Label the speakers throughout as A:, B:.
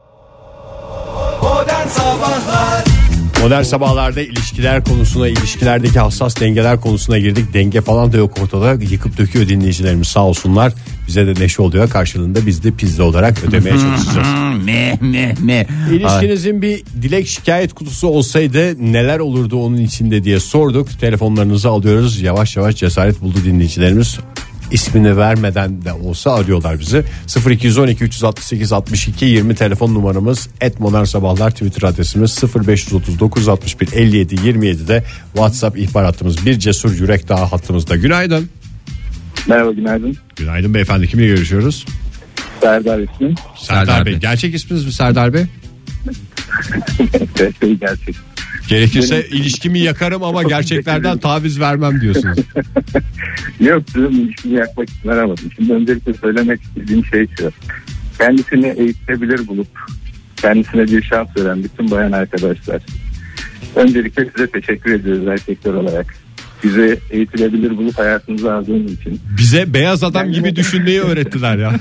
A: Oh,
B: Sabahlar
C: Modern sabahlarda ilişkiler konusuna, ilişkilerdeki hassas dengeler konusuna girdik. Denge falan da yok ortada. Yıkıp döküyor dinleyicilerimiz sağ olsunlar. Bize de neşe oluyor. Karşılığında biz de pizza olarak ödemeye çalışacağız.
D: Hmm, Meh meh meh. Ay,
C: İlişkinizin bir dilek şikayet kutusu olsaydı neler olurdu onun içinde diye sorduk. Telefonlarınızı alıyoruz. Yavaş yavaş cesaret buldu dinleyicilerimiz. İsmini vermeden de olsa arıyorlar bizi. 0212 368 62 20 telefon numaramız et modern sabahlar Twitter adresimiz 0539 61 57 27'de WhatsApp ihbar hattımız bir cesur yürek daha hattımızda. Günaydın.
E: Merhaba günaydın.
C: Günaydın beyefendi kimle görüşüyoruz?
E: Serdar ismim.
C: Serdar,
D: Serdar
C: Bey.
D: Bey.
C: Gerçek isminiz mi Serdar Bey?
E: Evet, iyi şey gerçek.
C: Gerekirse ilişkimi yakarım ama gerçeklerden taviz vermem diyorsunuz.
E: Yok sizin ilişkini yakmak için aramadım. Şimdi öncelikle söylemek istediğim şey şu. Kendisini eğitebilir bulup kendisine bir şans veren bütün bayan arkadaşlar. Öncelikle size teşekkür ediyoruz erkekler olarak. Bizi eğitilebilir bulup hayatınıza aldığınız için.
C: Bize beyaz adam
E: Yani
C: gibi
E: bu-
C: düşünmeyi öğrettiler ya.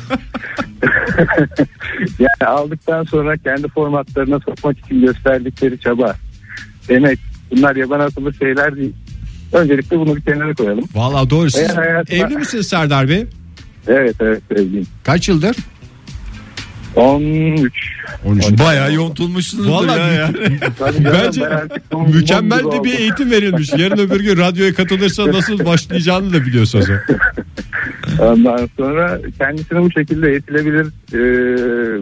E: Yani aldıktan sonra kendi formatlarına sokmak için gösterdikleri çaba. Demek bunlar yaban atılır şeyler değil. Öncelikle bunu bir kenara koyalım.
C: Vallahi doğru. Siz
E: Eğer hayatına-
C: evli misiniz Serdar Bey?
E: Evet evet sevgiliyim.
C: Kaç yıldır?
E: 13
D: Bayağı yontulmuşsunuzdur
C: Vallahi
D: ya. yani.
E: Tabii canım,
C: Bence
E: ben artık bom-
C: Mükemmel
E: bom gibi
C: de bir
E: oldum.
C: eğitim verilmiş. Yarın öbür gün radyoya katılırsa nasıl başlayacağını da biliyorsunuz.
E: Ondan sonra kendisini bu şekilde eğitilebilir e,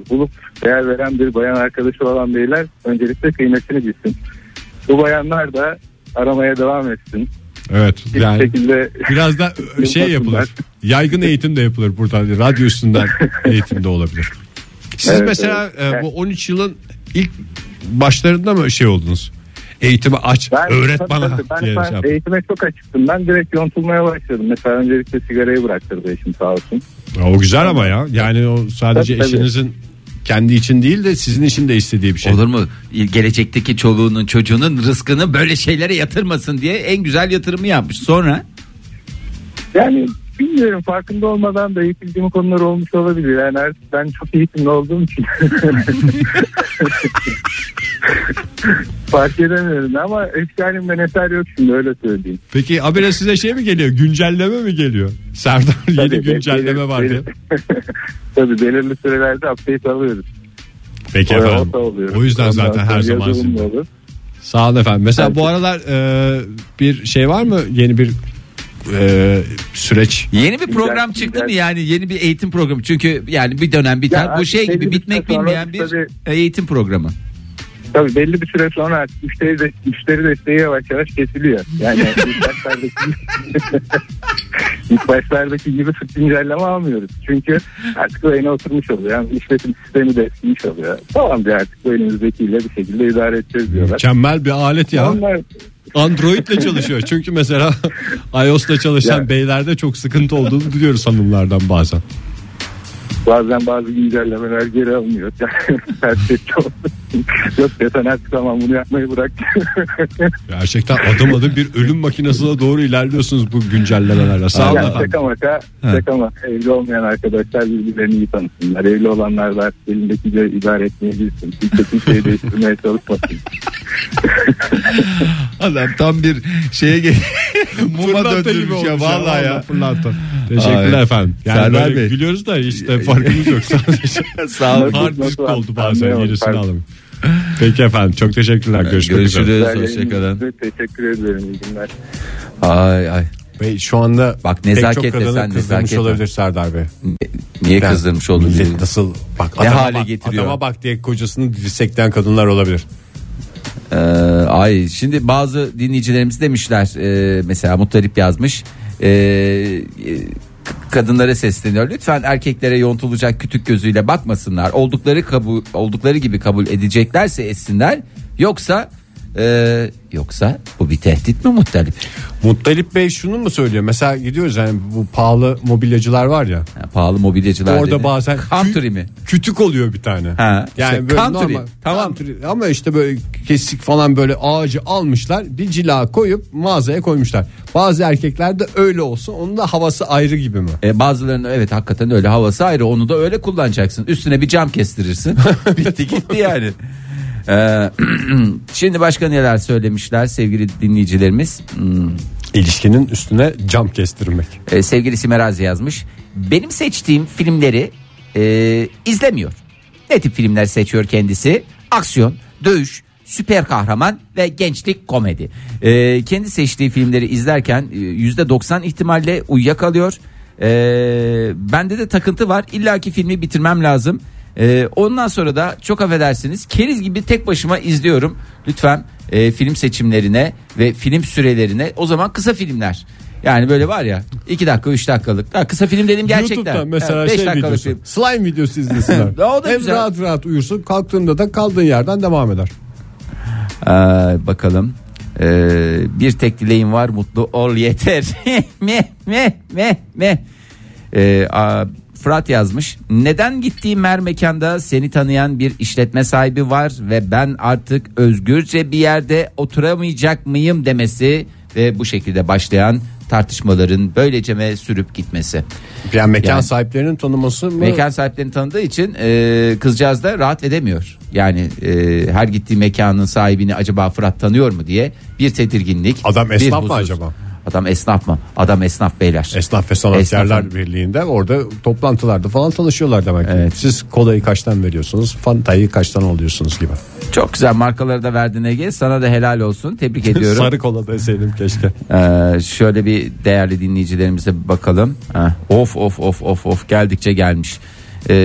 E: bulup değer veren bir bayan arkadaşı olan beyler öncelikle kıymetini bilsin. Bu bayanlar da aramaya devam etsin.
C: Evet.
E: Bir
C: Yani
E: şekilde
C: biraz da şey yapılır. Yaygın eğitim de yapılır buradan. Radyo üstünden eğitim de olabilir. Siz
E: Evet,
C: mesela
E: evet.
C: e, bu 13 yılın ilk başlarında mı şey oldunuz? Eğitimi aç,
E: ben,
C: öğret
E: tabii
C: bana
E: tabii,
C: diye
E: ben,
C: şey
E: ben
C: yaptınız.
E: eğitime çok açıktım. Ben direkt yontulmaya başladım. Mesela öncelikle sigarayı bıraktırdı eşim sağ olsun.
C: Ya O güzel ama ya. Yani o sadece
E: Tabii, tabii.
C: eşinizin kendi için değil de sizin için de istediği bir şey.
D: Olur mu? Gelecekteki çoluğunun çocuğunun rızkını böyle şeylere yatırmasın diye en güzel yatırımı yapmış. Sonra
E: Yani bilmiyorum farkında olmadan da eğitildiğim konular olmuş olabilir. Yani artık ben çok eğitimli olduğum için. Fark edemiyorum ama eski halimden eser yok şimdi öyle söyleyeyim.
C: Peki habire size şey mi geliyor? Güncelleme mi geliyor? Serdar yeni
E: Tabii,
C: güncelleme
E: belirli-
C: var diye.
E: belirli- Tabii belirli sürelerde update alıyoruz.
C: Peki
E: Oraya
C: efendim.
E: orta oluyoruz.
C: O yüzden
E: Ondan
C: zaten her
E: sonra
C: zaman
E: yazılım
C: sizde.
E: olur.
C: Sağ olun efendim. Mesela bu
E: Belki.
C: aralar e, bir şey var mı? Yeni bir e, süreç.
D: yeni bir program
E: Güzel,
D: çıktı
E: güzel.
D: mı yani yeni bir eğitim programı? Çünkü yani bir dönem biter.
E: Ya
D: Bu
E: artık
D: şey
E: belli
D: gibi
E: bir
D: bitmek
E: süre sonra
D: bilmeyen bir
E: tabii-
D: eğitim programı.
E: Tabii belli bir süre sonra artık müşteri, de, müşteri desteği yavaş yavaş kesiliyor. Yani ilk başlardaki, ilk başlardaki gibi sık güncelleme almıyoruz. Çünkü artık o yeni oturmuş oluyor. Yani işletim sistemi de eskimiş oluyor. Tamam diye artık bu elimizdekiyle bir şekilde idare edeceğiz diyorlar.
C: Mükemmel bir alet ya.
E: Onlar
C: Android ile çalışıyor. Çünkü mesela iOS ile çalışan
E: Ya.
C: beylerde çok sıkıntı olduğunu duyuyoruz hanımlardan bazen.
E: bazen bazı güncellemeler geri alınıyor. Yani ters tepki olsun. Yok ya sen artık tamam bunu yapmayı bırak.
C: Gerçekten adım adım bir ölüm makinesine doğru ilerliyorsunuz bu güncellemelerle. Sağ olun
E: Yani
C: efendim.
E: şaka maka, şaka maka. Evli olmayan arkadaşlar birbirlerini iyi tanısınlar. Evli olanlar da elindeki de idare etmeyi bilsin. Kimse kimseyi şey değiştirmeye çalışmasın.
D: Adam tam bir şeye gel- muma
C: Fırlanta gibi
D: döndürmüş
C: olmuş
D: ya şey vallahi ya.
C: Fırlanta. Teşekkürler
D: Ay.
C: efendim. Yani
D: Serdar
C: böyle
D: Bey.
C: gülüyoruz da işte farkımız yok. Sadece
D: Sağ olun.
C: hard disk
E: Nasıl
C: oldu bazen
E: anlayamadım,
C: yenisini
E: pardon.
C: alalım. Peki efendim çok teşekkürler. Görüşmek üzere.
D: Görüşürüz.
E: Güzel
D: Hoşçakalın.
E: yayınlarınızı Teşekkür ederim. İyi günler.
D: Ay ay.
C: Bey şu anda
D: Bak,
C: pek çok
D: nezaketle
C: kadını
D: sen,
C: kızdırmış
D: nezaketle.
C: olabilir Serdar Bey.
D: Niye kızdırmış oldun?
C: Millet
D: diye.
C: nasıl bak
D: Ne
C: adama
D: hale
C: bak,
D: getiriyor?
C: Adama bak diye kocasını dirsekten kadınlar olabilir.
D: Ee, ay şimdi bazı dinleyicilerimiz demişler e, mesela Muttalip yazmış e, e, kadınlara sesleniyor lütfen erkeklere yontulacak kütük gözüyle bakmasınlar oldukları kabul oldukları gibi kabul edeceklerse etsinler yoksa e, yoksa bu bir tehdit mi Muttalip
C: Muttalip Bey şunu mu söylüyor? Mesela gidiyoruz yani bu pahalı mobilyacılar var ya.
D: Ha, pahalı mobilyacılar
C: Orada
D: dedi.
C: bazen
D: country
C: kü-
D: mi
C: Kütük oluyor bir tane.
D: Ha,
C: yani
D: işte
C: böyle
D: country.
C: normal.
D: Tamam.
C: Country. Ama işte böyle kesik falan böyle ağacı almışlar. Bir cila koyup mağazaya koymuşlar. Bazı erkekler de öyle olsun. Onun da havası ayrı gibi mi?
D: E bazılarının evet hakikaten öyle havası ayrı onu da öyle kullanacaksın. Üstüne bir cam kestirirsin. Bitti gitti yani. Ee, şimdi başka neler söylemişler sevgili dinleyicilerimiz? Hmm,
C: İlişkinin üstüne cam kestirmek.
D: e, sevgili Simerazi yazmış. Benim seçtiğim filmleri e, izlemiyor. Ne tip filmler seçiyor kendisi? Aksiyon, dövüş, süper kahraman ve gençlik komedi. E, kendi seçtiği filmleri izlerken e, %90 ihtimalle uyuyakalıyor. E, bende de takıntı var. İlla ki filmi bitirmem lazım. E, ondan sonra da çok affedersiniz keriz gibi tek başıma izliyorum. Lütfen e, film seçimlerine ve film sürelerine o zaman kısa filmler. Yani böyle var ya 2 dakika 3 dakikalık. Daha kısa film dedim gerçekten.
C: YouTube'dan mesela
D: Evet, beş
C: şey
D: dakikalık
C: videosu.
D: film.
C: Slime videosu izlesinler.
D: O da
C: Hem
D: güzel.
C: rahat rahat uyursun kalktığında da kaldığın yerden devam eder.
D: Ee, bakalım. Ee, bir tek dileğim var mutlu ol yeter. meh meh meh meh. Ee, a- Fırat yazmış. Neden gittiğim her mekanda seni tanıyan bir işletme sahibi var ve ben artık özgürce bir yerde oturamayacak mıyım demesi ve bu şekilde başlayan tartışmaların böyleceme sürüp gitmesi.
C: Yani mekan
D: Yani-
C: sahiplerinin tanıması mı?
D: Mekan sahiplerini tanıdığı için e, kızcağız da rahat edemiyor. Yani e, her gittiği mekanın sahibini acaba Fırat tanıyor mu diye bir tedirginlik.
C: Adam
D: bir
C: esnaf mı
D: huzursuz-
C: acaba?
D: Adam esnaf mı? Adam esnaf beyler.
C: Esnaf ve Sanatkarlar
D: Esnafın-
C: Birliği'nde orada toplantılarda falan tanışıyorlar demek ki.
D: Evet.
C: Siz kolayı kaçtan veriyorsunuz, fantayı kaçtan alıyorsunuz gibi.
D: Çok güzel markaları da verdin Ege. Sana da helal olsun. Tebrik ediyorum.
C: Sarı kola deseydim keşke.
D: Ee, şöyle bir değerli dinleyicilerimize bir bakalım. Heh, Of of of of of geldikçe gelmiş. E,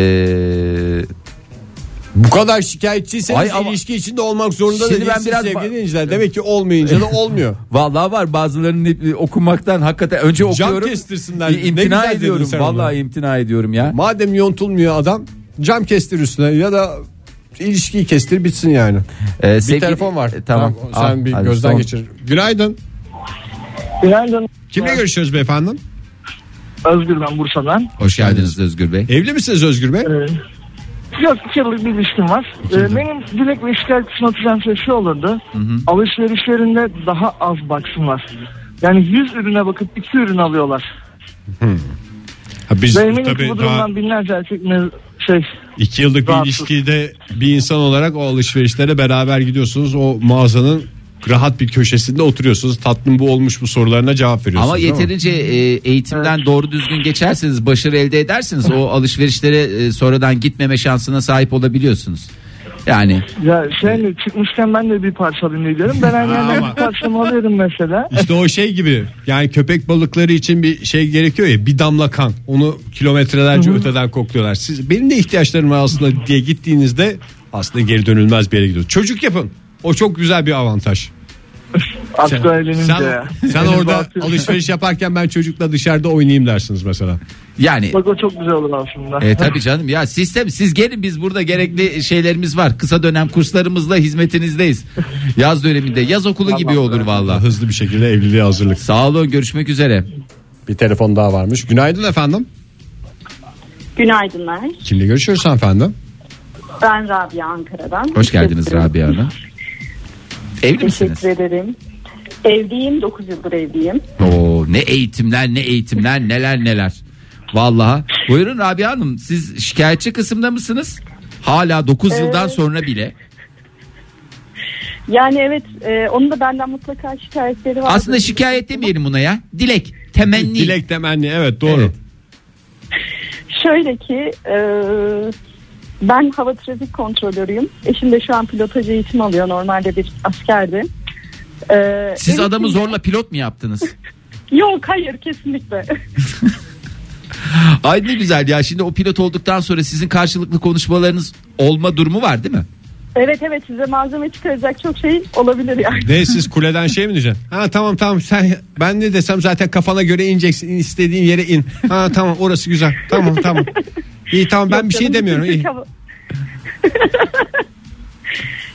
D: Ee,
C: Bu kadar şikayetçiyseniz
D: Ay ama-
C: ilişki içinde olmak zorunda da
D: Şimdi ben
C: değilsiniz
D: biraz ba-
C: sevgili dinleyiciler. Demek ki olmayınca da olmuyor.
D: Vallahi var bazılarının ip- okumaktan hakikaten önce okuyorum.
C: kestirsinler.
D: İ-
C: Ne
D: İmtina
C: güzel dedin
D: ediyorum.
C: sen
D: Vallahi
C: onu.
D: imtina ediyorum ya.
C: Madem yontulmuyor adam cam kestir üstüne ya da ilişkiyi kestir bitsin yani.
D: Ee,
C: Bir
D: sevgili-
C: telefon var.
D: E, tamam.
C: sen
D: Al,
C: bir
D: hadi
C: gözden
D: son.
C: geçir. Günaydın.
B: Günaydın.
C: Kimle
B: Evet.
C: görüşüyoruz beyefendi?
B: Özgür ben Bursa'dan.
D: Hoş geldiniz Özgür Bey.
C: Evli misiniz Özgür Bey?
B: Ee, yok iki yıllık bir ilişkim var. Ee, benim dilek ve şikayet için atacağım şey şu olurdu. Alışverişlerinde daha az baksınlar. Yani 100 ürüne bakıp 2 ürün alıyorlar.
F: Ha biz
B: Ve eminim ki
F: tabii
B: bu
F: daha
B: durumdan binlerce erkek ne- şey
F: iki yıllık bir
B: rahatsız.
F: ilişkide bir insan olarak o alışverişlere beraber gidiyorsunuz. O mağazanın rahat bir köşesinde oturuyorsunuz. Tatlım bu olmuş bu sorularına cevap veriyorsunuz.
D: Ama
F: değil mi?
D: yeterince e, eğitimden doğru düzgün geçerseniz başarı elde edersiniz. O alışverişlere e, sonradan gitmeme şansına sahip olabiliyorsunuz. Yani
B: ya şey mi, çıkmışken ben de bir parça alayım diyorum. Ben her yerden
F: ama-
B: bir parçamı alıyorum mesela.
F: İşte o şey gibi yani köpek balıkları için bir şey gerekiyor ya bir damla kan onu kilometrelerce öteden kokluyorlar. Siz benim de ihtiyaçlarım var aslında diye gittiğinizde aslında geri dönülmez bir yere gidiyor. Çocuk yapın o çok güzel bir avantaj.
B: Artık öğlenince.
F: Sen, sen
B: Benim
F: orada
B: bahçem-
F: alışveriş yaparken ben çocukla dışarıda oynayayım dersiniz mesela.
D: yani
B: Bak o çok güzel olur aslında.
D: e, tabii canım ya sistem siz gelin biz burada gerekli şeylerimiz var. Kısa dönem kurslarımızla hizmetinizdeyiz. Yaz döneminde yaz okulu gibi olur valla.
F: Hızlı bir şekilde evliliğe hazırlık.
D: Sağ olun görüşmek üzere.
C: Bir telefon daha varmış. Günaydın efendim.
G: Günaydınlar.
C: Kimle görüşüyoruz efendim?
G: Ben Rabia Ankara'dan.
D: Hoş geldiniz
G: Teşekkür
D: Rabia Hanım. Evli misiniz?
G: Teşekkür ederim. Evliyim. 9 yıldır evliyim.
D: Oo, ne eğitimler ne eğitimler neler neler. Vallahi. Buyurun Rabia Hanım siz şikayetçi kısımda mısınız? Hala 9 yıldan sonra bile.
G: Yani evet e, onun da benden mutlaka şikayetleri var.
D: Aslında şikayet demeyelim buna ya. Dilek, temenni.
F: Dilek temenni evet doğru.
D: Evet.
G: Şöyle ki e, ben hava trafik kontrolörüyüm. Eşim de şu an pilotaj eğitimi alıyor. Normalde bir askerdi. E,
D: Siz
G: ev
D: adamı
G: içinde-
D: zorla pilot mu yaptınız?
G: Yok hayır kesinlikle.
D: Ay ne güzel ya. Şimdi o pilot olduktan sonra sizin karşılıklı konuşmalarınız olma durumu var değil mi?
G: evet evet size malzeme çıkaracak çok şey olabilir yani.
F: Ne siz kuleden şey mi diyeceksin? Ha tamam tamam sen ben ne desem zaten kafana göre ineceksin istediğin yere in. Ha tamam orası güzel tamam tamam. İyi tamam ben
G: Yok
F: bir şey
G: canım,
F: demiyorum.
G: Türk
F: İyi.
G: Hava-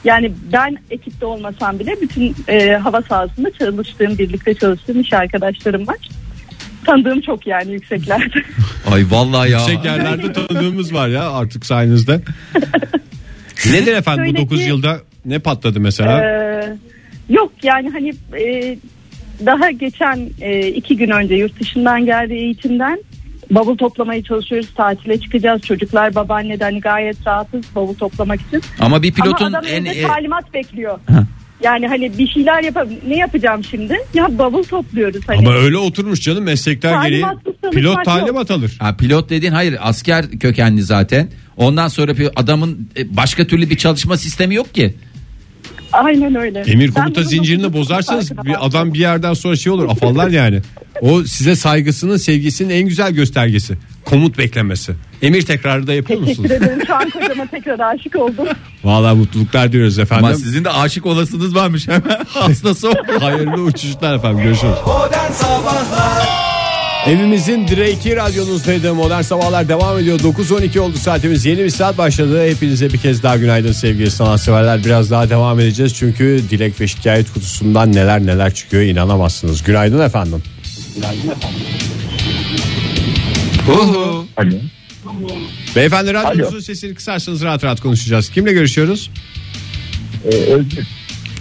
G: yani ben ekipte olmasam bile bütün e, hava sahasında çalıştığım, birlikte çalıştığım iş arkadaşlarım var. Tanıdığım çok yani yükseklerde.
D: Ay vallahi ya.
F: Yüksek yerlerde tanıdığımız var ya artık sayenizde. Nedir efendim bu
G: Şöyle
F: 9
G: ki-
F: yılda ne patladı mesela?
G: Ee, yok yani hani e, daha geçen e, iki gün önce yurt dışından geldi eğitimden Bavul toplamaya çalışıyoruz. Tatile çıkacağız. Çocuklar babaanneden hani gayet rahatız bavul toplamak için.
D: Ama bir pilotun
G: Ama adam
D: en
G: evde
D: e-
G: talimat bekliyor. Yani hani bir şeyler yapab ne yapacağım şimdi? Ya bavul topluyoruz hani.
F: Ama öyle oturmuş canım meslekler gereği.
G: Talimatsız çalışmak
F: Pilot
G: yok.
F: talimat alır.
D: Ha, pilot dediğin hayır asker kökenli zaten. Ondan sonra pi- adamın e, başka türlü bir çalışma sistemi yok ki.
G: Aynen öyle.
F: Emir
G: Ben
F: komuta
G: bunun
F: zincirini
G: dokuzuncu
F: bozarsanız
G: farkına
F: bir
G: vardım.
F: adam bir yerden sonra şey olur afallar yani. O size saygısının sevgisinin en güzel göstergesi. Komut beklemesi. Emir tekrarı da yapıyor musunuz?
G: Teşekkür ederim. Şu an kocama tekrar aşık oldum.
F: Vallahi mutluluklar diliyoruz efendim.
D: Ama sizin de aşık olasınız varmış hemen.
F: Hastası Hayırlı uçuşlar efendim görüşürüz.
A: Modern Sabahlar
C: Evimizin direği radyonuzdaydı. Modern Sabahlar devam ediyor. 9.12 oldu saatimiz. Yeni bir saat başladı. Hepinize bir kez daha günaydın sevgili sanatseverler. Biraz daha devam edeceğiz. Çünkü dilek ve şikayet kutusundan neler neler çıkıyor inanamazsınız. Günaydın efendim.
E: Alo.
F: Beyefendi radyonuzun sesini kısarsanız rahat rahat konuşacağız. Kimle görüşüyoruz?
H: Ee, Özgür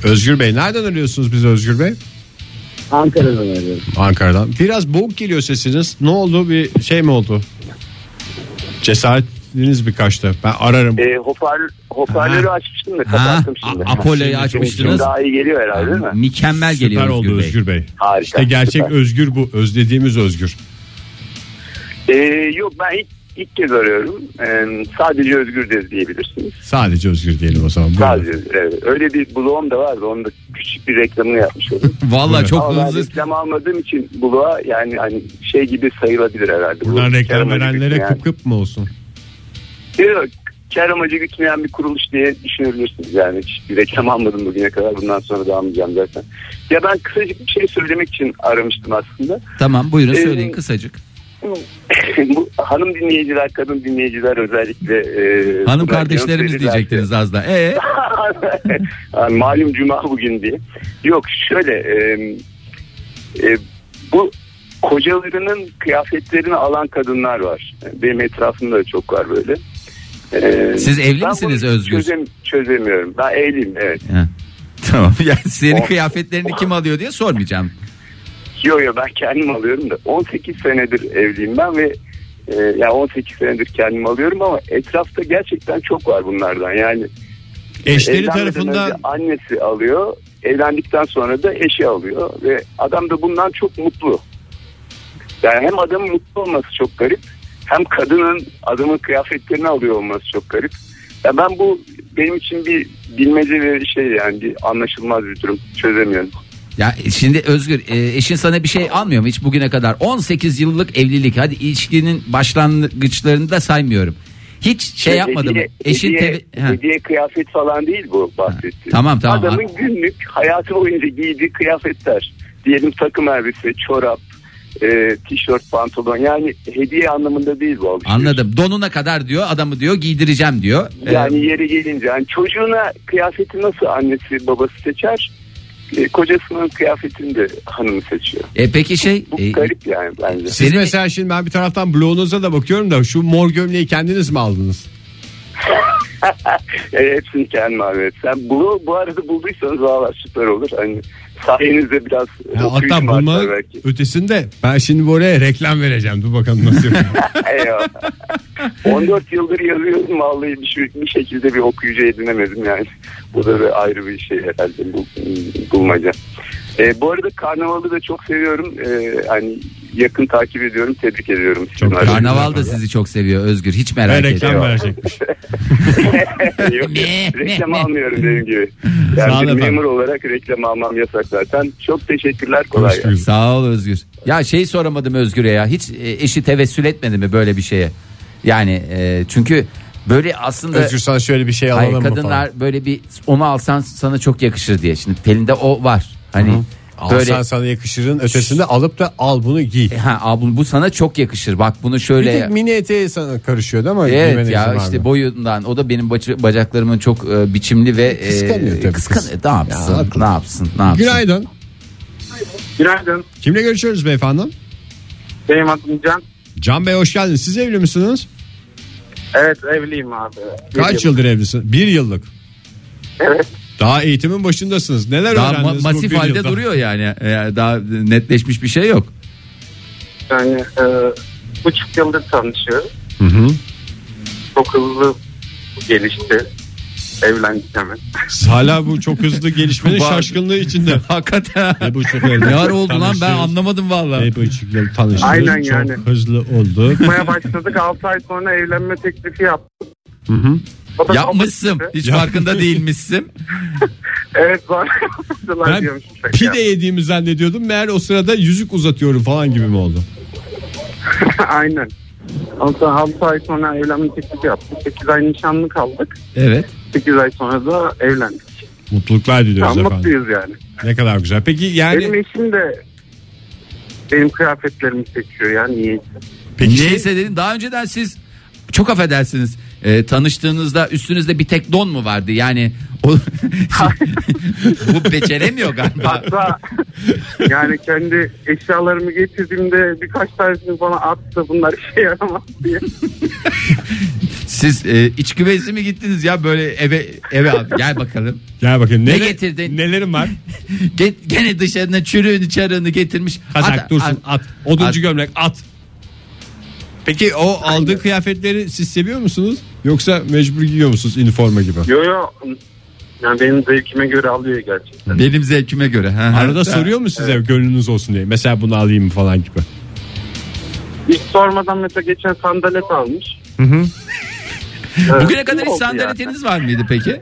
F: Özgür Bey. Nereden arıyorsunuz bizi Özgür Bey?
H: Ankara'dan arıyorum.
F: Ankara'dan. Biraz boğuk geliyor sesiniz. Ne oldu? Bir şey mi oldu? Cesaretiniz bir kaçtı. Ben ararım.
H: Ee, hoparl hoparlörü açmıştım da kapattım
D: Ha,
H: şimdi.
D: A- Apollo'yu
H: Şimdi
D: açmıştınız.
H: şimdi Daha iyi geliyor herhalde değil mi?
D: Mükemmel
F: Süper
D: Ee, geliyor
F: oldu
D: Özgür Bey.
F: Özgür Bey.
H: Harika.
F: İşte gerçek
H: süper.
F: özgür bu. Özlediğimiz özgür.
H: Ee, yok ben ilk, ilk kez arıyorum. Ee, sadece Özgür Dez diyebilirsiniz.
F: Sadece özgür diyelim o zaman. Buyurun.
H: Sadece evet. Öyle bir bloğum da vardı. Onun da küçük bir reklamını yapmış oldum.
D: Vallahi çok
H: Ama ben
D: hızlı.
H: reklam almadığım için bloğa yani hani şey gibi sayılabilir herhalde.
F: Buradan
H: Bu
F: reklam
H: kar amacı
F: verenlere
H: gütmeyen-
F: kıp kıp mı olsun?
H: Yok. Kar amacı gütmeyen bir kuruluş diye düşünebilirsiniz. Yani hiç bir reklam almadım bugüne kadar. Bundan sonra da almayacağım zaten. Ya ben kısacık bir şey söylemek için aramıştım aslında.
D: Tamam buyurun
H: Ee,
D: söyleyin kısacık.
H: bu hanım dinleyiciler, kadın dinleyiciler özellikle e,
D: Hanım
H: buna
D: kardeşlerimiz
H: yön
D: diyecektiniz az da. E
H: Yani Malum cuma bugün diye. Yok şöyle e, e, bu kocalarının kıyafetlerini alan kadınlar var. Benim etrafımda da çok var böyle. E,
D: Siz evli
H: ben
D: misiniz
H: bunu
D: Özgür?
H: çözem- çözemiyorum. Ben evliyim evet.
D: tamam yani senin
H: O-
D: kıyafetlerini kim alıyor diye sormayacağım.
H: Yo yo ben kendim alıyorum da 18 senedir evliyim ben ve e, ya 18 senedir kendim alıyorum ama etrafta gerçekten çok var bunlardan. Yani
F: Eşleri
H: evlenmeden önce
F: tarafından
H: annesi alıyor. Evlendikten sonra da eşi alıyor ve adam da bundan çok mutlu. Yani hem adamın mutlu olması çok garip hem kadının adamın kıyafetlerini alıyor olması çok garip. Ya ben bu benim için bir bilmece ve şey yani bir anlaşılmaz bir durum çözemiyorum.
D: Ya şimdi Özgür e, eşin sana bir şey almıyor mu hiç bugüne kadar? 18 yıllık evlilik hadi ilişkinin başlangıçlarını da saymıyorum. Hiç şey yapmadı mı?
H: Hediye-
D: Eşin
H: hediye,
D: teve- Ha.
H: hediye kıyafet falan değil bu bahsettiğim.
D: Tamam, tamam.
H: Adamın günlük hayatı boyunca giydiği kıyafetler. Diyelim takım elbise, çorap, e, tişört, pantolon. Yani hediye anlamında değil bu alışveriş.
D: Anladım. Donuna kadar diyor adamı diyor giydireceğim diyor. Ee,
H: Yani yeri gelince yani çocuğuna kıyafeti nasıl annesi babası seçer? E, kocasının kıyafetini de hanımı seçiyor.
D: e, peki şey
H: Bu
D: e,
H: garip yani bence.
F: siz
D: Benim-
F: mesela şimdi ben bir taraftan bloğunuza da bakıyorum da şu mor gömleği kendiniz mi aldınız?
H: E, hepsini kendim abi. Sen bunu bu arada bulduysanız valla süper olur. Hani sayenizde biraz
F: Ya
H: okuyucum
F: hatta
H: artar
F: bulmanın
H: belki.
F: ötesinde ben şimdi buraya reklam vereceğim. Dur bakalım nasıl yapayım.
H: Eyvallah. 14 yıldır yazıyorum vallahi bir, şey- bir şekilde bir okuyucu edinemedim yani. Bu da bir ayrı bir şey herhalde bu, bulmaca. Ee, bu arada karnavalı da çok seviyorum. Ee, hani yakın takip ediyorum, tebrik ediyorum.
F: Çok
H: Sizin
C: şey.
F: karnaval-
D: Karnaval da sizi çok seviyor Özgür hiç
F: ben
D: merak etme.
F: reklam verecekmiş.
H: arasında. Yok, reklam almıyorum dediğim gibi.
F: Sağ
H: Yani
F: olun
H: bir
F: efendim.
H: memur olarak reklam almam yasak zaten. Çok teşekkürler. Kolay gelsin.
F: Konuştuk.
D: Sağ ol Özgür. Ya şey soramadım Özgür'e ya hiç e, eşi tevessül etmedi mi böyle bir şeye? Yani e, çünkü böyle aslında
C: Özgür sana şöyle bir şey
D: Hayır,
C: alalım mı
D: kadınlar
C: falan.
D: böyle bir onu alsan sana çok yakışır diye. Şimdi Pelin'de o var. Hani
C: Böyle...
D: böyle E,
C: Alsan sana yakışırın ötesinde alıp da al bunu giy.
D: ha abla bu sana çok yakışır. Bak bunu
C: Bir
D: şöyle
C: tek mini eteği sana karışıyor değil mi? Giymene
D: Evet
C: izin
D: ya
C: vermiyor.
D: işte boyundan o da benim baca- bacaklarımın çok e, biçimli ve e,
C: Kıskanıyor tabii
D: kıskanıyor.
C: kız.
D: Ne yapsın?
C: Ya, haklı.
D: ne yapsın? Ne yapsın?
F: Günaydın.
I: Günaydın.
F: Kimle görüşüyoruz beyefendi?
I: Benim adım Can.
F: Can Bey hoş geldiniz. Siz evli misiniz?
I: Evet evliyim abi.
F: Kaç yıldır evlisin? Bir yıllık.
I: Evet.
F: Daha eğitimin başındasınız. Neler
D: Daha ma-
F: öğrendiniz bu
D: masif
F: bir
D: halde
F: yılda?
D: duruyor yani. E, daha netleşmiş bir şey yok.
I: Yani e, buçuk yıldır tanışıyoruz. Çok hızlı gelişti. Evlendik hemen.
F: Hala bu çok hızlı gelişmenin
D: Bu-
F: şaşkınlığı içinde.
D: Hakikaten.
F: Ne buçuk yıl
D: Ne ara oldu lan ben
F: tanışıyoruz.
D: anlamadım vallahi.
F: Ne buçuk yıl tanışıyoruz.
I: Aynen
F: çok
I: yani.
F: hızlı oldu.
I: Yapmaya başladık 6 ay sonra evlenme teklifi yaptık. O
F: E,
I: da
D: Yapmışsın.
I: kabul etti.
D: Hiç farkında değilmişsin.
I: Evet var.
F: Ben
I: diyormuş.
F: pide yediğimi zannediyordum. Meğer o sırada yüzük uzatıyorum falan gibi mi oldu?
I: Aynen. Ondan 6 ay sonra evlenme teklifi yaptık. 8 ay nişanlı kaldık.
D: Evet.
I: 8 ay sonra da evlendik.
F: Mutluluklar diliyoruz
I: Tam
F: efendim. Hani-
I: mutluyuz yani.
F: Ne kadar güzel. Peki
I: Benim
F: yani
I: eşim de benim kıyafetlerimi seçiyor yani iyi.
F: peki şey-
D: Neyse dedin daha önceden siz çok affedersiniz e, tanıştığınızda üstünüzde bir tek don mu vardı yani o, bu beceremiyor galiba.
I: Hatta yani kendi eşyalarımı getirdiğimde birkaç tanesini bana attı bunlar işe yaramaz diye.
D: Siz e, iç güveysi mi gittiniz ya böyle eve eve al, gel bakalım.
F: gel bakın neler-
D: getirdin?
F: Nelerim var?
D: Get, gene dışarına çürüğünü çarığını getirmiş.
F: Kazak
D: At-
F: dursun at. Oduncu
D: at.
F: gömlek at. Peki o aldığı kıyafetleri siz seviyor musunuz? Yoksa mecbur giyiyor musunuz üniforma gibi?
I: Yo yo yani benim zevkime göre alıyor gerçekten.
D: at. Benim zevkime göre. Ha, ha.
F: Arada soruyor mu size gönlünüz olsun diye? Mesela bunu alayım mı falan gibi.
I: Hiç sormadan mesela geçen sandalet almış. Evet.
D: Bugüne kadar hiç
I: Oldu
D: sandaletiniz var mıydı peki?
I: yani.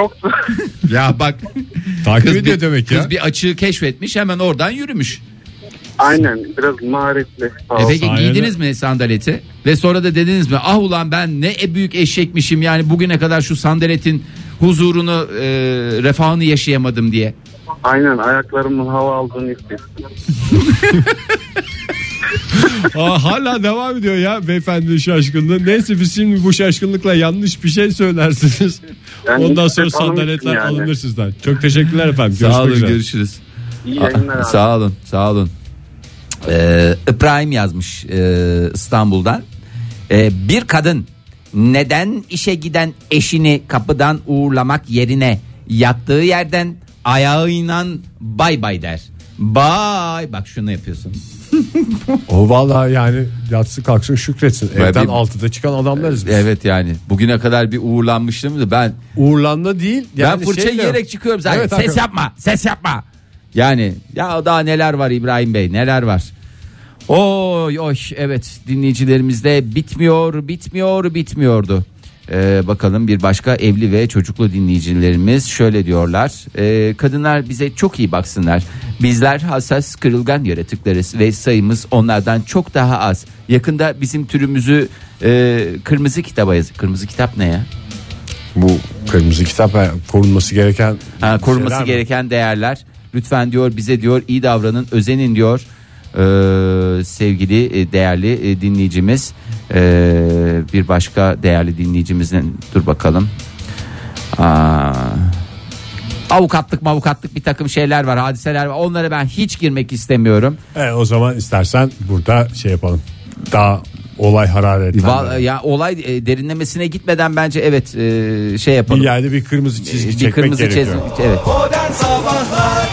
I: Yoktu.
D: Ya bak
F: Takip
D: kız
F: ediyor
D: bir,
F: demek ya.
D: kız bir açığı keşfetmiş hemen oradan yürümüş.
I: Aynen biraz maharetli. Sağ
D: E
I: ol.
D: peki
F: Aynen.
D: giydiniz mi sandaleti? Ve sonra da dediniz mi ah ulan ben ne e büyük eşekmişim yani bugüne kadar şu sandaletin huzurunu e, refahını yaşayamadım diye.
I: Aynen ayaklarımın hava aldığını hissettim.
F: Aa, hala devam ediyor ya beyefendinin şaşkınlığı. Neyse biz şimdi bu şaşkınlıkla yanlış bir şey söylersiniz.
I: Yani
F: Ondan
I: hiç
F: sonra
I: de tanımıyorsun
F: sandaletler
I: yani.
F: alınır sizden. Çok teşekkürler efendim.
D: Sağ olun
F: Görüşmek üzere.
D: görüşürüz.
I: İyi yayınlar abi.
D: Sağ olun, sağ olun. Ee, İbrahim yazmış e, İstanbul'dan. Ee, bir kadın neden işe giden eşini kapıdan uğurlamak yerine yattığı yerden ayağıyla bay bay der. Bay bak şunu yapıyorsun.
C: O vallahi yani yatsın kalksın şükretsin.
D: Böyle
C: Evden
D: bir-
C: altıda çıkan adamlarız biz.
D: Evet yani bugüne kadar bir uğurlanmıştım da ben
C: Uğurlanma değil. Yani
D: ben fırça
C: şey de-
D: yiyerek çıkıyorum zaten.
C: Evet,
D: ses
C: hakikaten.
D: yapma, ses yapma. Yani ya daha neler var İbrahim Bey, neler var? Oy oy evet dinleyicilerimizde bitmiyor, bitmiyor, bitmiyordu. Ee, bakalım bir başka evli ve çocuklu dinleyicilerimiz şöyle diyorlar. Ee, kadınlar bize çok iyi baksınlar. Bizler hassas kırılgan yaratıklarız ve sayımız onlardan çok daha az. Yakında bizim türümüzü e, kırmızı kitaba yaz. Kırmızı kitap ne ya?
C: Bu kırmızı kitap e, korunması gereken
D: Ha, korunması
C: şeyler mi?
D: gereken değerler. Lütfen diyor bize diyor iyi davranın, özenin diyor. Ee, sevgili e, değerli e, dinleyicimiz Ee, bir başka değerli dinleyicimizin dur bakalım Aa, avukatlık mavukatlık bir takım şeyler var hadiseler var onlara ben hiç girmek istemiyorum
C: E, o zaman istersen burada şey yapalım. Daha olay hararetli.
D: Va- ya olay e, derinlemesine gitmeden bence evet e, şey
C: Bir
D: yapalım
C: yerde bir kırmızı çizgi
D: bir,
C: çekmek
D: kırmızı
C: gerekiyor.
D: çizgi evet
A: Modern Sabahlar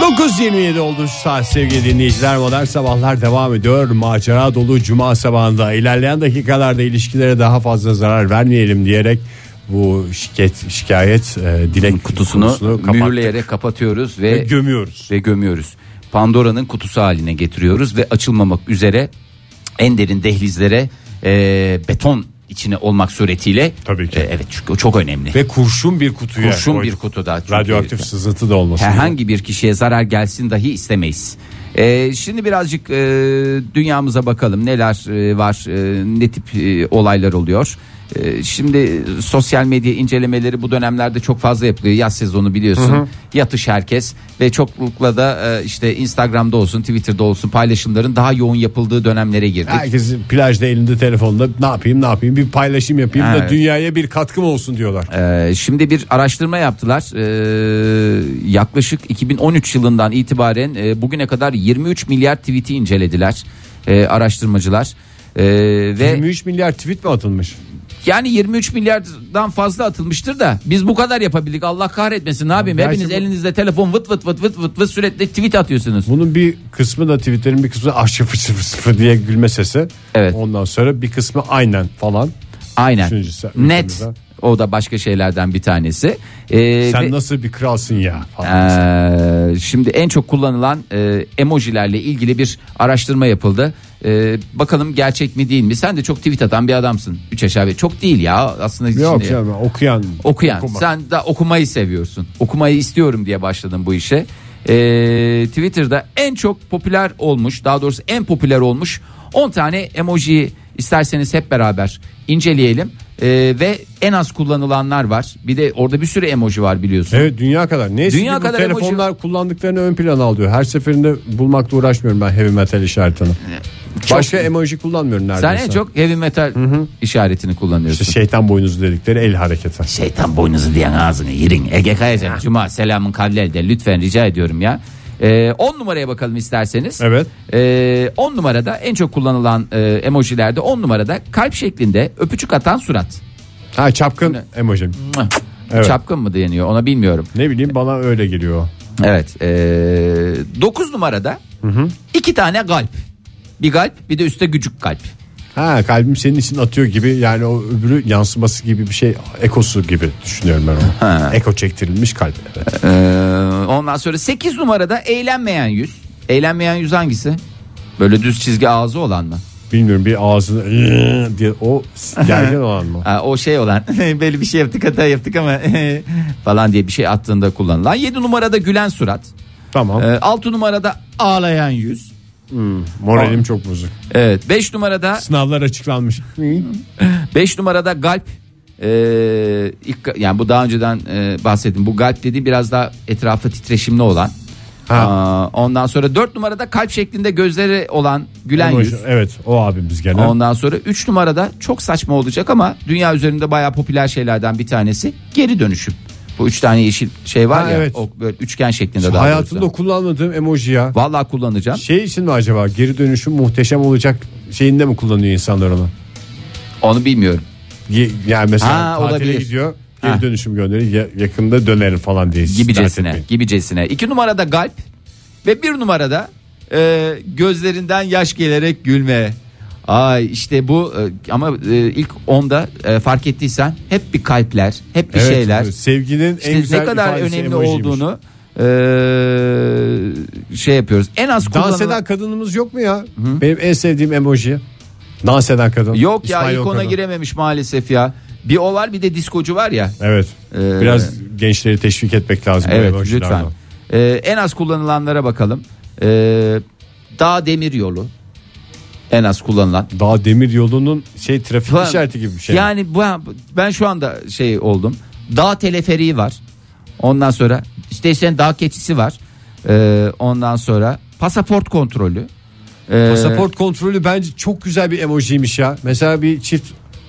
C: 9.27 oldu şu saat sevgili dinleyiciler. Modern Sabahlar devam ediyor. Macera dolu Cuma sabahında ilerleyen dakikalarda ilişkilere daha fazla zarar vermeyelim diyerek bu şikayet, şikayet e, dilek
D: kutusunu,
C: kapattık
D: mühürleyerek kapatıyoruz
C: ve
D: ve
C: gömüyoruz.
D: ve gömüyoruz. Pandora'nın kutusu haline getiriyoruz ve açılmamak üzere en derin dehlizlere e, beton içine olmak suretiyle.
C: Tabii ki.
D: E, evet çünkü o çok önemli.
C: Ve kurşun bir kutuya
D: Kurşun
C: koyduk.
D: bir kutuda. Çünkü-
C: Radyoaktif sızıntı da olmasın.
D: Herhangi bir kişiye zarar gelsin dahi istemeyiz. E, şimdi birazcık e, dünyamıza bakalım neler e, var e, ne tip e, olaylar oluyor. E, Şimdi sosyal medya incelemeleri bu dönemlerde çok fazla yapılıyor. Yaz sezonu biliyorsun. Yatış herkes ve çoklukla da e, işte Instagram'da olsun, Twitter'da olsun paylaşımların daha yoğun yapıldığı dönemlere girdik.
C: Herkes plajda elinde telefonla ne yapayım ne yapayım bir paylaşım yapayım da
D: Evet.
C: dünyaya bir katkım olsun diyorlar.
D: Ee, şimdi bir araştırma yaptılar. Ee, yaklaşık 2013 yılından itibaren e, bugüne kadar 23 milyar tweet'i incelediler e, araştırmacılar. Ee, ve
C: 23 milyar tweet mi atılmış?
D: Yani 23 milyardan fazla atılmıştır da biz bu kadar yapabildik. Allah kahretmesin ne yapayım?
C: Gerçi
D: Hepiniz
C: bu-
D: elinizde telefon vıt vıt vıt vıt vıt vıt sürekli tweet atıyorsunuz.
C: Bunun bir kısmı da tweetlerin bir kısmı ah şıfır şıfır şıfır diye gülme sesi.
D: Evet.
C: Ondan sonra bir kısmı aynen falan.
D: Aynen.
C: Üçüncüsü,
D: Net.
C: ülkemizden.
D: O da başka şeylerden bir tanesi. Ee,
C: Sen
D: ve-
C: nasıl bir kralsın ya falan.
D: Ee, şimdi en çok kullanılan e, emojilerle ilgili bir araştırma yapıldı. Ee, bakalım gerçek mi değil mi? Sen de çok tweet atan bir adamsın. Üç aşağı beş. Çok değil ya aslında.
C: Yok
D: Ee, şimdi-
C: canım okuyan.
D: Okuyan.
C: okuma.
D: Sen de okumayı seviyorsun. Okumayı istiyorum diye başladın bu işe. Ee, Twitter'da en çok popüler olmuş, daha doğrusu en popüler olmuş 10 tane emojiyi isterseniz hep beraber inceleyelim. Ee, ve en az kullanılanlar var. Bir de orada bir sürü emoji var biliyorsun.
C: Evet dünya kadar. Neyse
D: Dünya
C: dünya
D: kadar
C: kadar telefonlar kullandıklarını ön plana alıyor. Her seferinde bulmakla uğraşmıyorum ben heavy metal işaretini. Başka emoji kullanmıyorum
D: Ee, Sen
C: neredeyse.
D: en çok heavy metal işaretini kullanıyorsun.
C: İşte şeytan boynuzu dedikleri el hareketi.
D: Şeytan boynuzu diyen ağzını yirin. Ege Kayacan Cuma selamın kavlelde lütfen rica ediyorum ya. 10 numaraya bakalım isterseniz.
C: Evet.
D: 10 numarada en çok kullanılan e, emojilerde 10 numarada kalp şeklinde öpücük atan surat.
C: Ha çapkın emoji.
D: Mıh.
C: Evet.
D: Çapkın mı deniyor ona bilmiyorum.
C: Ne bileyim bana öyle geliyor.
D: Evet. 9 numarada iki tane kalp. Bir kalp bir de üstte gücük kalp.
C: Ha kalbim senin için atıyor gibi yani o öbürü yansıması gibi bir şey ekosu gibi düşünüyorum ben onu. Eko çektirilmiş kalp. Evet.
D: Ee, ondan sonra 8 numarada eğlenmeyen yüz. Eğlenmeyen yüz hangisi? Böyle düz çizgi ağzı olan mı?
C: Bilmiyorum bir ağzını "Iı" diye o gergin olan mı?
D: Ha, o şey olan böyle bir şey yaptık hata yaptık ama falan diye bir şey attığında kullanılan. 7 numarada gülen surat.
C: Tamam.
D: 6 numarada ağlayan yüz.
C: Moralim çok bozuk.
D: Evet 5 numarada
C: Sınavlar açıklanmış.
D: 5 numarada galp. Ee, ilk- yani bu daha önceden e, bahsettim. Bu galp dediği biraz daha etrafı titreşimli olan. Aa, ondan sonra 4 numarada kalp şeklinde gözleri olan gülen
C: Emoji,
D: yüz.
C: Evet o abimiz gene.
D: Ondan sonra 3 numarada çok saçma olacak ama dünya üzerinde bayağı popüler şeylerden bir tanesi geri dönüşüm. Bu üç tane yeşil şey var
C: Ha,
D: ya
C: evet.
D: o böyle üçgen şeklinde daha
C: Hayatımda
D: doğrusu.
C: kullanmadığım emoji ya.
D: Vallahi kullanacağım.
C: Şey için mi acaba geri dönüşüm muhteşem olacak şeyinde mi kullanıyor insanlar onu?
D: Onu bilmiyorum.
C: Ye- Yani mesela
D: Ha,
C: tatile
D: olabilir.
C: gidiyor geri
D: Ha.
C: dönüşüm gönderiyor ya- yakında dönerim falan diye. siz dert
D: Gibicesine,
C: etmeyin.
D: gibicesine. 2 numarada galp ve bir numarada e, gözlerinden yaş gelerek gülme. Ay işte bu e, ama e, ilk onda e, fark ettiysen hep bir kalpler, hep bir
C: Evet,
D: şeyler.
C: Sevginin
D: İşte
C: en güzel
D: ne kadar
C: ifadesi
D: önemli
C: emojiymiş.
D: olduğunu eee, şey yapıyoruz. En az kullanılan...
C: Dans eden kadınımız yok mu ya? Benim en sevdiğim emoji. Dans eden kadın.
D: Yok ya
C: İsmail
D: ilk ona
C: Okan'ın.
D: girememiş maalesef ya. Bir o var bir de diskocu var ya.
C: Evet.
D: Ee,
C: Biraz gençleri teşvik etmek lazım. bu
D: Evet
C: emojilerden.
D: lütfen. Eee, en az kullanılanlara bakalım. Eee dağ demir yolu. En az kullanılan.
C: Dağ demir yolunun şey trafik
D: Falan.
C: işareti gibi bir şey.
D: Yani bu, ben şu anda şey oldum. Dağ teleferiği var. Ondan sonra istersen dağ keçisi var. Eee, ondan sonra pasaport kontrolü. Eee,
C: Pasaport E, kontrolü bence çok güzel bir emojiymiş ya. Mesela bir çift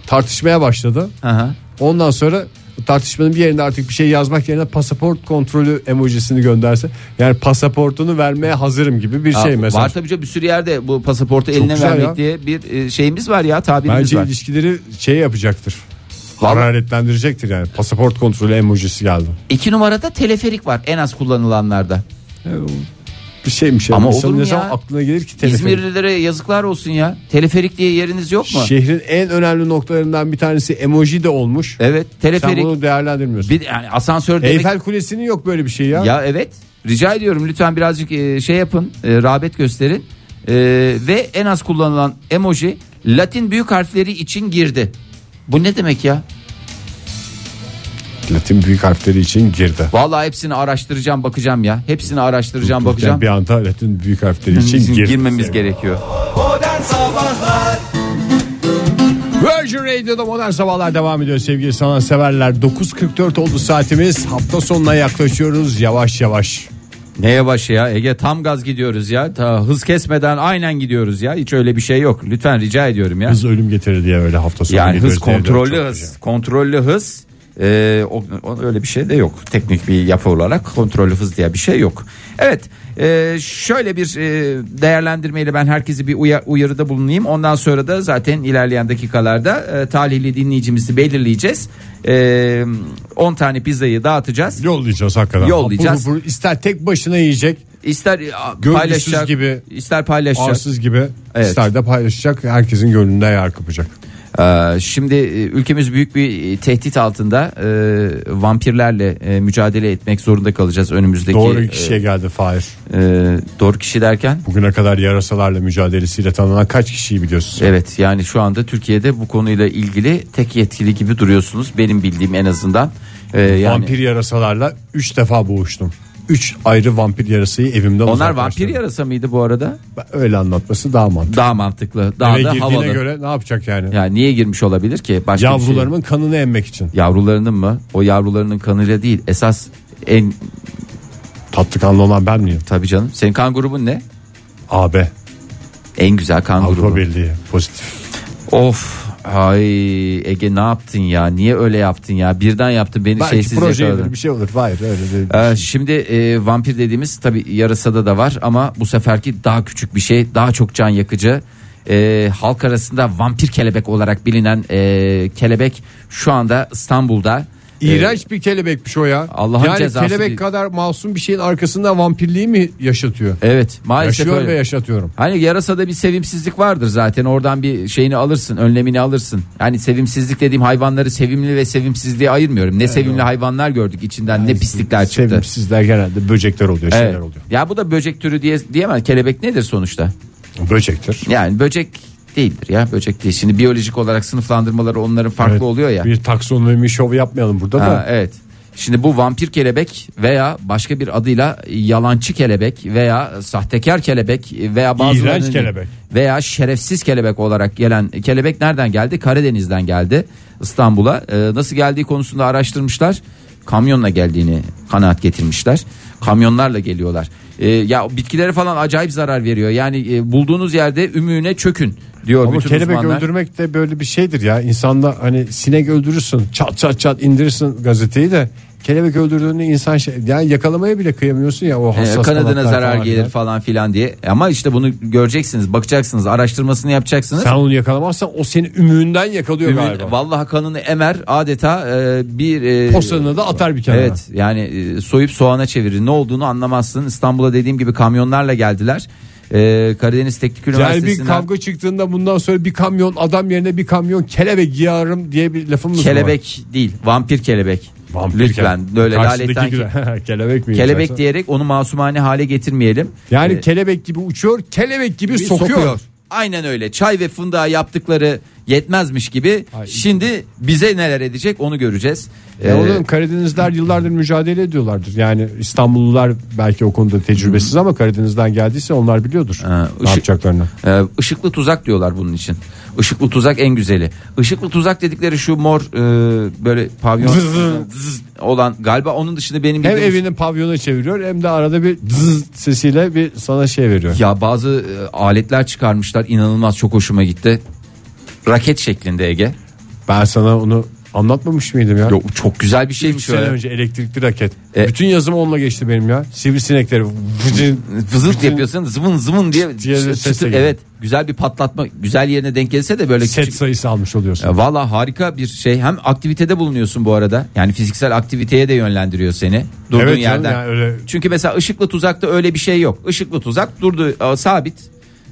C: tartışmaya başladı.
D: Aha.
C: Ondan sonra tartışmanın bir yerinde artık bir şey yazmak yerine pasaport kontrolü emojisini gönderse. Yani pasaportunu vermeye hazırım gibi bir
D: Ya
C: şey mesela.
D: Var tabii canım bir sürü yerde bu pasaportu eline
C: güzel
D: vermek
C: ya.
D: diye bir e, şeyimiz var ya tabirimiz
C: Bence
D: var.
C: ilişkileri şey yapacaktır.
D: Vallahi-
C: Hararetlendirecektir yani. Pasaport kontrolü emojisi geldi.
D: İki numarada teleferik var en az kullanılanlarda.
C: Bir şeymiş ya.
D: Ama
C: İnsanın
D: olur mu
C: ne
D: ya?
C: zaman aklına gelir ki teleferik?
D: İzmirlilere yazıklar olsun ya. Teleferik diye yeriniz yok mu?
C: Şehrin en önemli noktalarından bir tanesi emoji de olmuş.
D: evet
C: Sen
D: teleferik.
C: bunu değerlendirmiyorsun.
D: Bir, yani asansör demek.
C: Eyfel Kulesi'nin yok böyle bir şey ya.
D: Ya evet rica ediyorum lütfen birazcık e, şey yapın e, rağbet gösterin. E, ve en az kullanılan emoji Latin büyük harfleri için girdi. Bu ne demek ya?
C: Latin büyük harfleri için girdi.
D: Vallahi hepsini araştıracağım bakacağım ya. Hepsini araştıracağım bakacağım.
C: Bir anda Latin büyük harfleri için
D: Bizim
C: girdi.
D: girmemiz gerekiyor.
A: Modern Sabahlar
C: Virgin Radio'da modern sabahlar devam ediyor sevgili sanatseverler. 9.44 oldu saatimiz. Hafta sonuna yaklaşıyoruz yavaş yavaş.
D: Neye başı ya Ege tam gaz gidiyoruz ya Ta hız kesmeden aynen gidiyoruz ya hiç öyle bir şey yok lütfen rica ediyorum ya
C: Hız ölüm getirir diye böyle hafta sonu
D: yani hız
C: gidiyoruz.
D: kontrollü
C: Çok
D: hız
C: güzel.
D: kontrollü hız Ee, o, o- öyle bir şey de yok. Teknik bir yapı olarak kontrollü hız diye bir şey yok. Evet e, şöyle bir e, değerlendirmeyle ben herkesi bir uya- uyarıda bulunayım. Ondan sonra da zaten ilerleyen dakikalarda e, talihli dinleyicimizi belirleyeceğiz. E, 10 tane pizzayı dağıtacağız.
C: Yollayacağız hakikaten.
D: Yollayacağız.
C: Bunu, bunu ister tek başına yiyecek,
D: İster e,
C: Görgüsüz
D: paylaşacak
C: gibi,
D: ister paylaşacak.
C: arsız gibi
D: Evet.
C: ister de paylaşacak. Herkesin gönlünde yer kapacak.
D: Ee, Şimdi e, ülkemiz büyük bir e, tehdit altında Ee, vampirlerle e, mücadele etmek zorunda kalacağız önümüzdeki.
C: Doğru kişiye geldi Fahir.
D: e, e, doğru kişi derken
C: Bugüne kadar yarasalarla mücadelesiyle tanınan kaç kişiyi biliyorsun?
D: evet yani şu anda Türkiye'de bu konuyla ilgili tek yetkili gibi duruyorsunuz benim bildiğim en azından. Ee, yani
C: Vampir yarasalarla 3 defa boğuştum. 3 ayrı vampir yarasayı evimden
D: onlar vampir
C: uzaklaştırdım.
D: yarasa mıydı bu arada?
C: Öyle anlatması daha mantıklı.
D: Daha mantıklı, daha
C: Eve
D: da
C: girdiğine
D: havalı.
C: göre ne yapacak yani?
D: Yani niye girmiş olabilir ki? Başka bir şey-
C: Yavrularımın kanını emmek için.
D: yavrularının mı? O yavrularının kanıyla değil. Esas en
C: Tatlı kanlı olan ben miyim?
D: tabii canım. Senin kan grubun ne?
C: AB.
D: En güzel kan grubu.
C: Avrupa Birliği. Pozitif.
D: Of ay Ege ne yaptın ya niye öyle yaptın ya birden yaptın beni
C: Belki
D: şeysiz
C: proje
D: yakaladın.
C: olur bir şey olur. Hayır öyle değil.
D: Ee, şimdi e, vampir dediğimiz tabi yarasada da var ama bu seferki daha küçük bir şey daha çok can yakıcı. Ee, halk arasında vampir kelebek olarak bilinen e, kelebek şu anda İstanbul'da.
C: İğrenç bir kelebekmiş o ya.
D: Allah'ın
C: yani
D: cezası
C: kelebek
D: değil.
C: kadar masum bir şeyin arkasında vampirliği mi yaşatıyor?
D: Ee, Evet maalesef
C: Yaşıyor
D: öyle.
C: ve yaşatıyorum.
D: Hani yarasada bir sevimsizlik vardır zaten oradan bir şeyini alırsın önlemini alırsın. Yani sevimsizlik dediğim hayvanları sevimli ve sevimsizliğe ayırmıyorum. Ne sevimli hayvanlar gördük içinden ne pislikler çıktı.
C: Sevimsizler genelde böcekler oluyor, şeyler
D: Evet.
C: oluyor.
D: Ya bu da böcek türü diye diyemem. Kelebek nedir sonuçta?
C: Böcektir.
D: Yani böcek değildir ya böcek değil. Şimdi biyolojik olarak sınıflandırmaları onların farklı
C: Evet,
D: oluyor ya.
C: Bir taksonomi şovu yapmayalım burada
D: Ha,
C: da.
D: evet. Şimdi bu vampir kelebek veya başka bir adıyla yalancı kelebek veya sahtekar kelebek veya bazılarının
C: İğrenç kelebek.
D: veya şerefsiz kelebek olarak gelen kelebek nereden geldi? Karadeniz'den geldi İstanbul'a. Ee, nasıl geldiği konusunda araştırmışlar. Kamyonla geldiğini kanaat getirmişler. Kamyonlarla geliyorlar. Ee, ya bitkilere falan acayip zarar veriyor. Yani e, bulduğunuz yerde ümüğüne çökün diyor
C: Ama
D: bütün
C: kelebek
D: uzmanlar.
C: öldürmek de böyle bir şeydir ya. İnsanda hani sinek öldürürsün, çat çat çat indirirsin gazeteyi de kelebek öldürdüğünü insan şey yani yakalamaya bile kıyamıyorsun ya o
D: Ee,
C: hassas
D: kanadına
C: kanatlar
D: zarar
C: falan
D: gelir
C: filan.
D: falan filan diye. Ama işte bunu göreceksiniz, bakacaksınız, araştırmasını yapacaksınız.
C: Sen onu yakalamazsan o seni ümüğünden yakalıyor
D: Ümün-
C: galiba.
D: vallahi kanını emer adeta e, bir e,
C: Posanını da atar bir kenara.
D: Evet yani e, soyup soğana çevirir. Ne olduğunu anlamazsın. İstanbul'a dediğim gibi kamyonlarla geldiler. E, Karadeniz Teknik
C: Yani bir
D: Üniversitesi'nden
C: kavga çıktığında bundan sonra bir kamyon adam yerine bir kamyon kelebek yarım diye bir lafımız mı var.
D: kelebek değil, vampir kelebek. Lütfen böyle
C: Karşıdaki
D: laletten
C: güzel- kelebek mi?
D: kelebek
C: yiyeceksin?
D: diyerek onu masumane hale getirmeyelim.
C: Yani
D: E,
C: kelebek gibi uçuyor, kelebek gibi
D: bir
C: sokuyor.
D: Aynen öyle. Çay ve fındığa yaptıkları yetmezmiş gibi.
C: Ay.
D: Şimdi bize neler edecek onu göreceğiz.
C: E
D: Ee,
C: oğlum Karadenizler yıllardır mücadele ediyorlardır. Yani İstanbullular belki o konuda tecrübesiz ama Karadeniz'den geldiyse onlar biliyordur.
D: Ha,
C: ne
D: ışık-
C: yapacaklarını.
D: Ee, ışıklı tuzak diyorlar bunun için. Işıklı tuzak en güzeli. Işıklı tuzak dedikleri şu mor e, böyle pavyon zzz olan galiba onun dışında benim
C: Hem
D: bildiğim-
C: evinin pavyona çeviriyor hem de arada bir zzz sesiyle bir sana şey veriyor.
D: ya bazı e, aletler çıkarmışlar inanılmaz çok hoşuma gitti. Raket şeklinde Ege.
C: Ben sana onu anlatmamış mıydım ya?
D: Yok, çok güzel bir
C: Üç
D: şeymiş
C: sene
D: öyle.
C: önce elektrikli raket.
D: E-
C: Bütün yazım onunla geçti benim ya. Sivrisinekleri vıcın
D: Vızırt yapıyorsun zıvın zıvın diye.
C: diye
D: çıtır-
C: ses de
D: çıtır-
C: geliyor.
D: evet güzel bir patlatma güzel yerine denk gelse de böyle
C: set
D: küçük-
C: sayısı almış oluyorsun.
D: Ya Valla harika bir şey. Hem aktivitede bulunuyorsun bu arada. Yani fiziksel aktiviteye de yönlendiriyor seni. Durduğun
C: Evet canım,
D: yerden.
C: yani öyle-
D: Çünkü mesela ışıklı tuzakta öyle bir şey yok. Işıklı tuzak durdu e, sabit.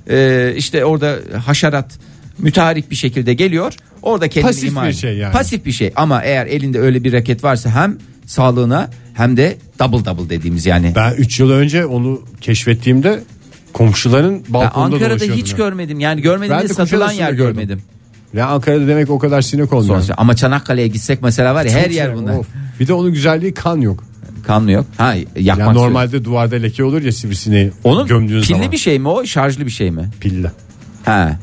D: Ee, işte orada haşerat mütarik bir şekilde geliyor. Orada kendini
C: Pasif
D: imha
C: bir
D: ediyor.
C: şey yani.
D: Pasif bir şey ama eğer elinde öyle bir raket varsa hem sağlığına hem de double double dediğimiz yani.
C: Ben 3 yıl önce onu keşfettiğimde komşuların
D: Ben
C: balkonunda
D: Ankara'da
C: dolaşıyordum
D: hiç
C: ya.
D: görmedim. Yani görmedim
C: Ben
D: de
C: de
D: satılan
C: Kuşadası'nda
D: yer
C: gördüm.
D: görmedim.
C: Ya Ankara'da demek o kadar sinek olmuyor.
D: Sonuçta- Ama Çanakkale'ye gitsek mesela var ya her
C: Çok
D: yer
C: sinek,
D: bunlar.
C: of. Bir de onun güzelliği kan yok.
D: Kanlı yok. Ha
C: Yani
D: yakmak normal
C: normalde duvarda leke olur ya sivrisineği
D: Onun
C: gömdüğün
D: pilli
C: zaman.
D: bir şey mi o şarjlı bir şey mi?
C: Pilli.
D: şey Ha.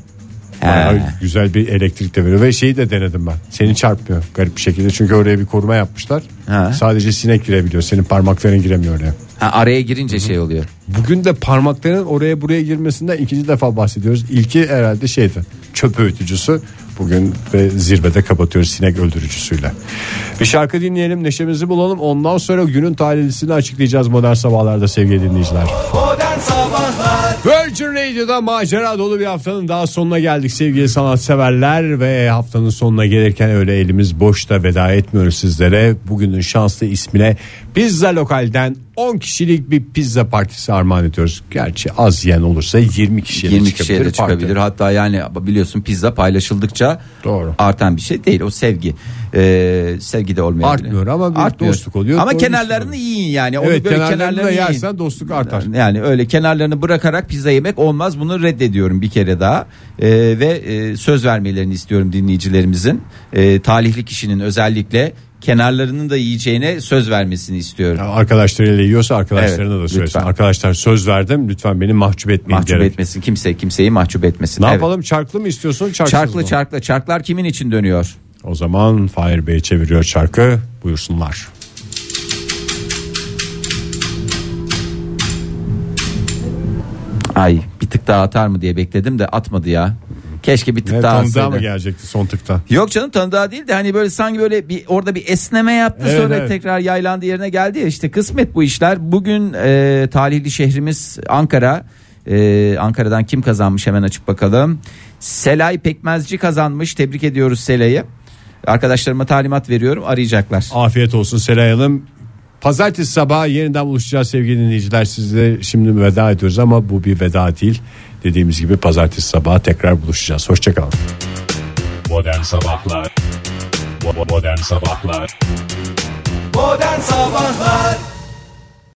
D: He.
C: Bayağı güzel bir elektrik de veriyor ve şeyi de denedim ben. Seni çarpmıyor garip bir şekilde çünkü oraya bir koruma yapmışlar.
D: Ha.
C: Sadece sinek girebiliyor. Senin parmakların giremiyor oraya.
D: Ha, araya girince şey oluyor.
C: Bugün de parmakların oraya buraya girmesinden ikinci defa bahsediyoruz. İlki herhalde şeydi çöp öğütücüsü. Bugün ve zirvede kapatıyoruz sinek öldürücüsüyle. Bir şarkı dinleyelim neşemizi bulalım. Ondan sonra günün talihlisini açıklayacağız modern sabahlarda sevgili dinleyiciler.
A: Modern Sabahlar
C: Virgin Radio'da macera dolu bir haftanın daha sonuna geldik sevgili sanatseverler ve haftanın sonuna gelirken öyle elimiz boşta veda etmiyoruz sizlere. Bugünün şanslı ismine pizza lokalden 10 kişilik bir pizza partisi armağan ediyoruz. Gerçi az yiyen olursa 20 kişiye
D: 20
C: 20 şey
D: kişiye
C: çıkabilir.
D: de
C: parti.
D: çıkabilir. Hatta yani biliyorsun pizza paylaşıldıkça
C: Doğru.
D: artan bir şey değil. O sevgi. Ee, sevgi de olmayabilir.
C: Artmıyor ama bir dostluk oluyor.
D: Ama
C: Doğru
D: kenarlarını yiyin yani. Onu
C: Evet
D: böyle
C: kenarlarını da
D: yiyin.
C: yersen dostluk artar.
D: Yani öyle kenarlarını bırakarak pizza yemek olmaz. Bunu reddediyorum bir kere daha. Ee, ve e, söz vermelerini istiyorum dinleyicilerimizin. Ee, talihli kişinin özellikle kenarlarının da yiyeceğine söz vermesini istiyorum.
C: Ya Arkadaşlarıyla yiyorsa arkadaşlarına
D: Evet,
C: da söylesin.
D: lütfen.
C: Arkadaşlar söz verdim lütfen beni mahcup etmeyin
D: mahcup
C: diyerek.
D: etmesin kimse kimseyi mahcup etmesin.
C: Ne
D: Evet.
C: yapalım çarklı mı istiyorsun çarksız
D: Çarklı
C: mı?
D: çarklı çarklar kimin için dönüyor?
C: O zaman Fahir Bey çeviriyor çarkı buyursunlar.
D: Ay bir tık daha atar mı diye bekledim de atmadı ya. Keşke bir tık
C: Ne
D: daha
C: tanıdığa mı
D: atsaydı.
C: gelecekti son tıkta?
D: Yok canım tanıdığa değil de hani böyle sanki böyle bir orada bir esneme yaptı
C: Evet,
D: sonra
C: evet.
D: tekrar yaylandı yerine geldi ya işte kısmet bu işler. Bugün e, talihli şehrimiz Ankara. E, Ankara'dan kim kazanmış hemen açıp bakalım. Selay Pekmezci kazanmış. Tebrik ediyoruz Selay'ı. Arkadaşlarıma talimat veriyorum arayacaklar.
C: Afiyet olsun Seray Hanım. Pazartesi sabahı yeniden buluşacağız sevgili dinleyiciler. Sizle şimdi veda ediyoruz ama bu bir veda değil. Dediğimiz gibi pazartesi sabahı tekrar buluşacağız. Hoşçakalın.
J: Modern Sabahlar Bo- bo- Modern Sabahlar
A: Oh, Modern Sabahlar